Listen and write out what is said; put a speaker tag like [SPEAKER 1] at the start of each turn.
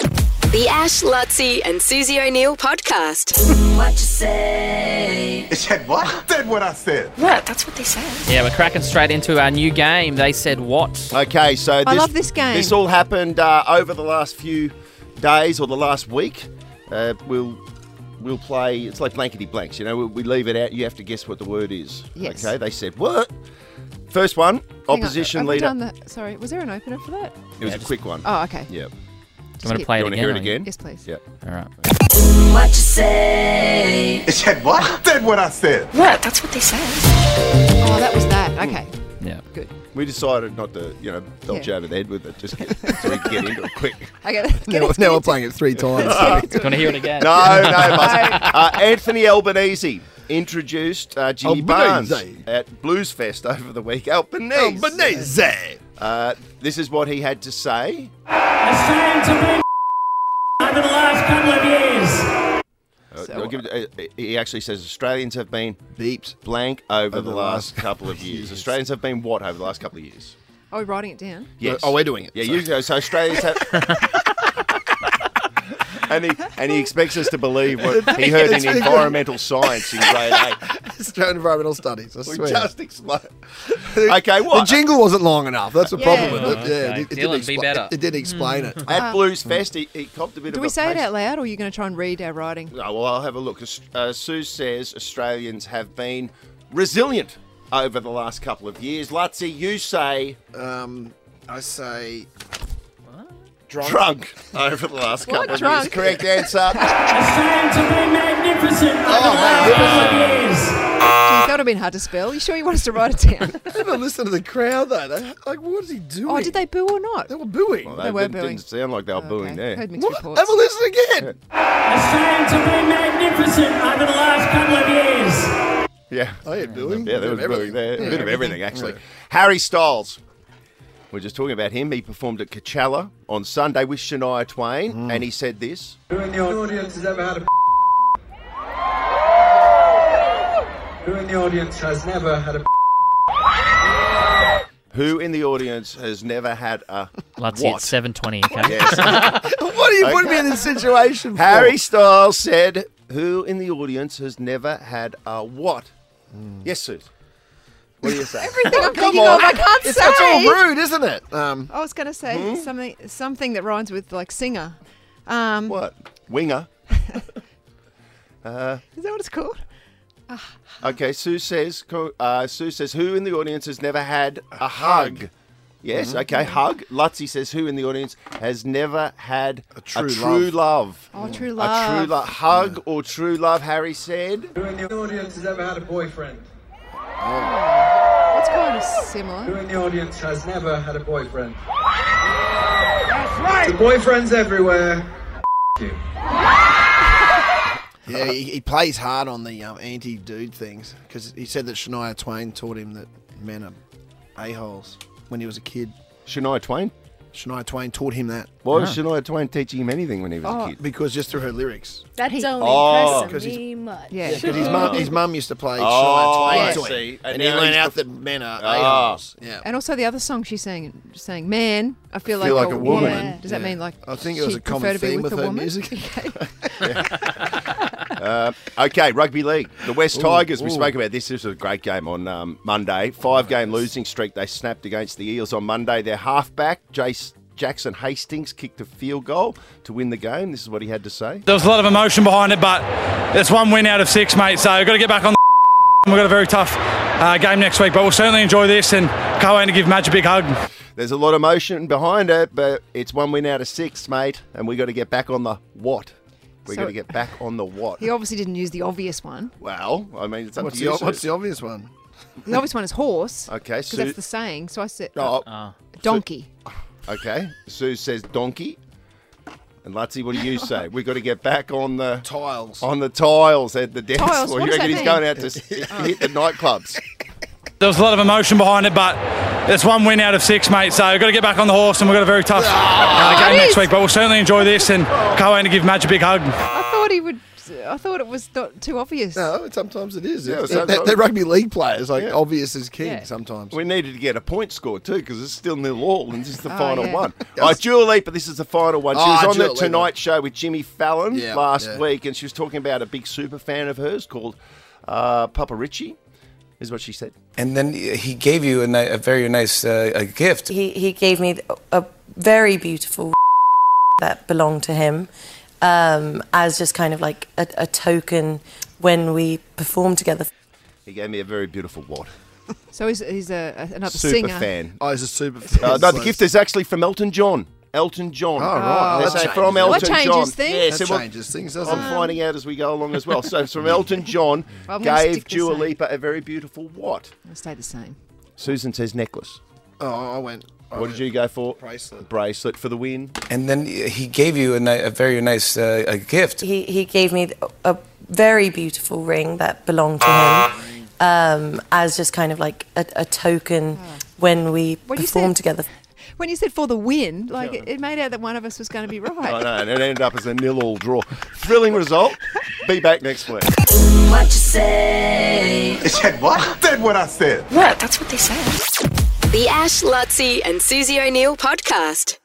[SPEAKER 1] The Ash, Lutzi, and Susie O'Neill podcast.
[SPEAKER 2] What you say?
[SPEAKER 3] It said what? Said what I said.
[SPEAKER 2] What? That's what they said.
[SPEAKER 4] Yeah, we're cracking straight into our new game. They said what?
[SPEAKER 5] Okay, so this,
[SPEAKER 6] love this game.
[SPEAKER 5] This all happened uh, over the last few days or the last week. Uh, we'll we'll play. It's like blankety blanks. You know, we, we leave it out. You have to guess what the word is.
[SPEAKER 6] Yes.
[SPEAKER 5] Okay. They said what? First one,
[SPEAKER 6] Hang on,
[SPEAKER 5] opposition
[SPEAKER 6] have we
[SPEAKER 5] leader.
[SPEAKER 6] done that? Sorry, was there an opener for that?
[SPEAKER 5] It was a quick one.
[SPEAKER 6] Oh, okay.
[SPEAKER 5] Yeah.
[SPEAKER 4] I'm going to
[SPEAKER 6] keep-
[SPEAKER 4] play
[SPEAKER 5] You
[SPEAKER 4] it
[SPEAKER 5] want to
[SPEAKER 4] again.
[SPEAKER 5] hear it
[SPEAKER 4] I think.
[SPEAKER 5] again?
[SPEAKER 6] Yes, please.
[SPEAKER 5] Yeah.
[SPEAKER 4] All right.
[SPEAKER 2] What you say?
[SPEAKER 3] It said what? Said what I said.
[SPEAKER 2] What? That's what they said.
[SPEAKER 6] Oh, that was that. Okay.
[SPEAKER 4] Yeah.
[SPEAKER 6] Good.
[SPEAKER 5] We decided not to, you know, dodge
[SPEAKER 6] Yeah.
[SPEAKER 5] over the head with it. Just get, so we can get into it quick.
[SPEAKER 6] Okay. Get
[SPEAKER 7] Now,
[SPEAKER 6] it,
[SPEAKER 7] now we're playing it three times.
[SPEAKER 4] Do you want to hear it again?
[SPEAKER 5] No, no, mustn't. Uh, Anthony Albanese introduced uh, Jimmy
[SPEAKER 7] Albanese.
[SPEAKER 5] Barnes at Bluesfest over the week. Albanese.
[SPEAKER 7] Albanese.
[SPEAKER 5] Uh, this is what he had to say.
[SPEAKER 8] stand to win over the last couple of years.
[SPEAKER 5] Uh,
[SPEAKER 6] So
[SPEAKER 5] I'll give it- uh, he actually says Australians have been
[SPEAKER 7] Beeps.
[SPEAKER 5] blank over the last couple of years. Australians have been what over the last couple of years?
[SPEAKER 6] Are we writing it down?
[SPEAKER 5] Yes.
[SPEAKER 7] Uh, Oh, we're doing it.
[SPEAKER 5] Yeah, you go. So Australians have. and he and he expects us to believe what he heard in environmental science in grade eight.
[SPEAKER 7] Australian Environmental Studies. I swear.
[SPEAKER 5] explained. Okay,
[SPEAKER 7] the
[SPEAKER 5] what?
[SPEAKER 7] jingle wasn't long enough. That's the problem with
[SPEAKER 4] Yeah.
[SPEAKER 7] it. Yeah,
[SPEAKER 4] Okay.
[SPEAKER 7] it, it
[SPEAKER 4] Dylan, be
[SPEAKER 7] expla-
[SPEAKER 4] better.
[SPEAKER 7] It, did explain it.
[SPEAKER 5] At Blues Fest, he, he copped a bit
[SPEAKER 6] Uh, Do
[SPEAKER 5] of.
[SPEAKER 6] we
[SPEAKER 5] a
[SPEAKER 6] say it
[SPEAKER 5] pace-
[SPEAKER 6] out loud, or are you going to try and read our writing?
[SPEAKER 5] Oh, well, I'll have a look. Aus- Uh, Sue says Australians have been resilient over the last couple of years. Lutzi, you say
[SPEAKER 7] Um, I say
[SPEAKER 5] drunk, over the last
[SPEAKER 6] What,
[SPEAKER 5] couple of
[SPEAKER 6] drunk?
[SPEAKER 5] years. Correct answer.
[SPEAKER 8] A stand to be magnificent over the last couple of years.
[SPEAKER 6] Gee, that would have been hard to spell. You sure you want us to write it down?
[SPEAKER 7] Have a listen to the crowd though. They- like, what is he doing?
[SPEAKER 6] oh, did they boo or not?
[SPEAKER 7] They were booing.
[SPEAKER 5] Well,
[SPEAKER 6] They were
[SPEAKER 5] didn't,
[SPEAKER 6] booing.
[SPEAKER 5] didn't sound like they were booing
[SPEAKER 6] Okay.
[SPEAKER 5] there.
[SPEAKER 6] Heard mixed
[SPEAKER 7] What?
[SPEAKER 6] reports.
[SPEAKER 7] Have a listen again.
[SPEAKER 8] A stand to be magnificent over the last couple of years.
[SPEAKER 5] Yeah.
[SPEAKER 7] Oh, yeah, booing.
[SPEAKER 5] Yeah, there was
[SPEAKER 7] Everything.
[SPEAKER 5] booing there. A
[SPEAKER 7] Yeah.
[SPEAKER 5] bit of everything, actually. Harry Styles. We're just talking about him. He performed at Coachella on Sunday with Shania Twain,
[SPEAKER 7] Hmm.
[SPEAKER 5] and he said this.
[SPEAKER 9] Who in the audience has ever had a Who in the audience has never had a
[SPEAKER 5] Who in the audience has never had a
[SPEAKER 4] Let's hit
[SPEAKER 5] what?
[SPEAKER 4] 720. Okay.
[SPEAKER 7] What are you putting me in this situation for?
[SPEAKER 5] Harry Styles said, "Who in the audience has never had a what?" Yes, Suze. What do you say?
[SPEAKER 6] Everything I'm
[SPEAKER 7] Come
[SPEAKER 6] thinking
[SPEAKER 7] on.
[SPEAKER 6] of, I can't
[SPEAKER 7] It's-
[SPEAKER 6] say.
[SPEAKER 7] That's all rude, isn't it? Um,
[SPEAKER 6] I was going to say something something that rhymes with like singer. Um,
[SPEAKER 5] what winger?
[SPEAKER 6] is that what it's called?
[SPEAKER 5] Okay, Sue says. co- Uh, Sue says, "Who in the audience has never had a hug?" Mm-hmm. Yes. Okay, hug. Lutzi says, "Who in the audience has never had a
[SPEAKER 7] true
[SPEAKER 5] love?"
[SPEAKER 6] Oh, true
[SPEAKER 5] A true
[SPEAKER 6] love.
[SPEAKER 5] love. Hug or true love? Harry said.
[SPEAKER 9] Who in the audience has ever had a boyfriend?
[SPEAKER 6] That's kind of
[SPEAKER 9] Who
[SPEAKER 6] similar.
[SPEAKER 9] in the audience has never had a boyfriend? That's right! The boyfriends everywhere. F- you.
[SPEAKER 7] Yeah, he, he plays hard on the um, anti-dude things because he said that Shania Twain taught him that men are a-holes when he was a kid.
[SPEAKER 5] Shania Twain.
[SPEAKER 7] Shania Twain taught him that
[SPEAKER 5] Why was Shania Twain teaching him anything when he was
[SPEAKER 6] Oh,
[SPEAKER 5] a kid?
[SPEAKER 7] because just through her lyrics.
[SPEAKER 10] That don't
[SPEAKER 5] Oh.
[SPEAKER 10] impress
[SPEAKER 7] Because he's-
[SPEAKER 10] me much.
[SPEAKER 6] Yeah.
[SPEAKER 7] Because his mum, his mum used to play
[SPEAKER 5] Oh, I
[SPEAKER 7] Shania Twain, to
[SPEAKER 5] see.
[SPEAKER 7] him,
[SPEAKER 5] And
[SPEAKER 7] and, he
[SPEAKER 5] now
[SPEAKER 7] learned
[SPEAKER 5] he's
[SPEAKER 7] out
[SPEAKER 5] perf-
[SPEAKER 7] that men are
[SPEAKER 5] Ah.
[SPEAKER 7] a-holes. Yeah,
[SPEAKER 6] And also the other song she sang, sang "Man, I feel like,
[SPEAKER 5] feel like a woman.
[SPEAKER 6] Yeah. Does that
[SPEAKER 7] Yeah.
[SPEAKER 6] mean like
[SPEAKER 7] I think it was
[SPEAKER 6] she'd
[SPEAKER 7] a common
[SPEAKER 6] prefer to be
[SPEAKER 7] theme
[SPEAKER 6] with
[SPEAKER 7] with
[SPEAKER 6] a
[SPEAKER 7] her
[SPEAKER 6] woman?
[SPEAKER 7] music.
[SPEAKER 6] Okay.
[SPEAKER 5] Okay, rugby league. The West Tigers. We spoke about this. This was a great game on um, Monday. Five-game losing streak they snapped against the Eels on Monday. Their halfback, Jace Jackson Hastings, kicked a field goal to win the game. This is what he had to say.
[SPEAKER 8] There was a lot of emotion behind it, but it's one win out of six, mate. So we've got to get back on. the We've got a very tough uh, game next week, but we'll certainly enjoy this and can't wait to give Madge a big hug.
[SPEAKER 5] There's a lot of motion behind it, but it's one win out of six, mate. And we got to get back on the what. We
[SPEAKER 6] So-
[SPEAKER 5] got to get back on the what.
[SPEAKER 6] he obviously didn't use the obvious one.
[SPEAKER 5] Well, I mean, it's up
[SPEAKER 7] What's
[SPEAKER 5] to
[SPEAKER 7] the,
[SPEAKER 5] you.
[SPEAKER 7] what's
[SPEAKER 5] Sue.
[SPEAKER 7] the obvious one?
[SPEAKER 6] The obvious one is horse.
[SPEAKER 5] Okay,
[SPEAKER 6] because
[SPEAKER 5] so-
[SPEAKER 6] that's the saying. So I said uh,
[SPEAKER 5] Oh,
[SPEAKER 6] donkey.
[SPEAKER 5] okay. Sue says donkey. And Lutzi, what do you say? We've got to get back on the
[SPEAKER 7] Tiles.
[SPEAKER 5] on the tiles at the dance
[SPEAKER 6] Tiles,
[SPEAKER 5] floor.
[SPEAKER 6] what
[SPEAKER 5] you
[SPEAKER 6] does
[SPEAKER 5] reckon
[SPEAKER 6] that Oh.
[SPEAKER 5] he's going out to s- hit the nightclubs?
[SPEAKER 8] There was a lot of emotion behind it, but it's one win out of six, mate. So we've got to get back on the horse and we've got a very tough uh, game next week, but we'll certainly enjoy this and can't wait to give Madge a big hug.
[SPEAKER 6] I thought he would I thought it was not too obvious.
[SPEAKER 7] No, sometimes it is.
[SPEAKER 5] Yeah,
[SPEAKER 7] It's-
[SPEAKER 5] sometimes-
[SPEAKER 7] they're, they're rugby league players. Like
[SPEAKER 5] Yeah.
[SPEAKER 7] obvious is king
[SPEAKER 6] Yeah.
[SPEAKER 7] sometimes.
[SPEAKER 5] We needed to get a point score too because it's still nil all and this is the final
[SPEAKER 6] Oh, yeah.
[SPEAKER 5] one. All right, Dua Lipa, this is the final one. She
[SPEAKER 7] Oh,
[SPEAKER 5] was on
[SPEAKER 7] Dua
[SPEAKER 5] the
[SPEAKER 7] Lipa.
[SPEAKER 5] Tonight Show with Jimmy Fallon
[SPEAKER 7] Yeah,
[SPEAKER 5] last
[SPEAKER 7] yeah.
[SPEAKER 5] week and she was talking about a big super fan of hers called uh, Papa Richie, is what she said.
[SPEAKER 10] And then he gave you a, ni- a very nice uh, a gift.
[SPEAKER 11] He, he gave me a very beautiful that belonged to him um, as just kind of like a, a token when we performed together.
[SPEAKER 5] He gave me a very beautiful what?
[SPEAKER 6] So he's, he's a, a- another
[SPEAKER 5] Super
[SPEAKER 6] singer.
[SPEAKER 5] fan.
[SPEAKER 7] Oh, he's a super.
[SPEAKER 5] Uh, no, the gift is actually from Elton John. Elton John.
[SPEAKER 7] Oh, right.
[SPEAKER 5] They
[SPEAKER 7] That
[SPEAKER 5] say
[SPEAKER 7] changes
[SPEAKER 5] from
[SPEAKER 7] it.
[SPEAKER 5] Elton
[SPEAKER 6] That changes
[SPEAKER 5] John.
[SPEAKER 6] things.
[SPEAKER 5] Yeah,
[SPEAKER 7] That
[SPEAKER 5] so what-
[SPEAKER 7] changes things, doesn't
[SPEAKER 5] I'm
[SPEAKER 7] it?
[SPEAKER 5] finding out as we go along as well. So it's from Elton John
[SPEAKER 6] Well, I'm gonna
[SPEAKER 5] gave
[SPEAKER 6] stick the
[SPEAKER 5] Dua
[SPEAKER 6] same.
[SPEAKER 5] Lipa a very beautiful what?
[SPEAKER 6] I'll stay the same.
[SPEAKER 5] Susan says necklace.
[SPEAKER 7] Oh, I went. I
[SPEAKER 5] What did
[SPEAKER 7] went-
[SPEAKER 5] you go for?
[SPEAKER 7] Bracelet.
[SPEAKER 5] Bracelet for the win.
[SPEAKER 10] And then he gave you a, ni- a very nice uh, a gift.
[SPEAKER 11] He, he gave me a very beautiful ring that belonged to him um, as just kind of like a, a token when we
[SPEAKER 6] Ah. What do you
[SPEAKER 11] performed
[SPEAKER 6] say?
[SPEAKER 11] together.
[SPEAKER 6] When you said for the win, like it, it made out that one of us was going to be right.
[SPEAKER 5] I know, and it ended up as a nil-all draw. Thrilling result. Be back next week.
[SPEAKER 2] What you say?
[SPEAKER 3] It said what? Did what I said.
[SPEAKER 2] What? That's what they said.
[SPEAKER 1] The Ash, Lutzi, and Susie O'Neill podcast.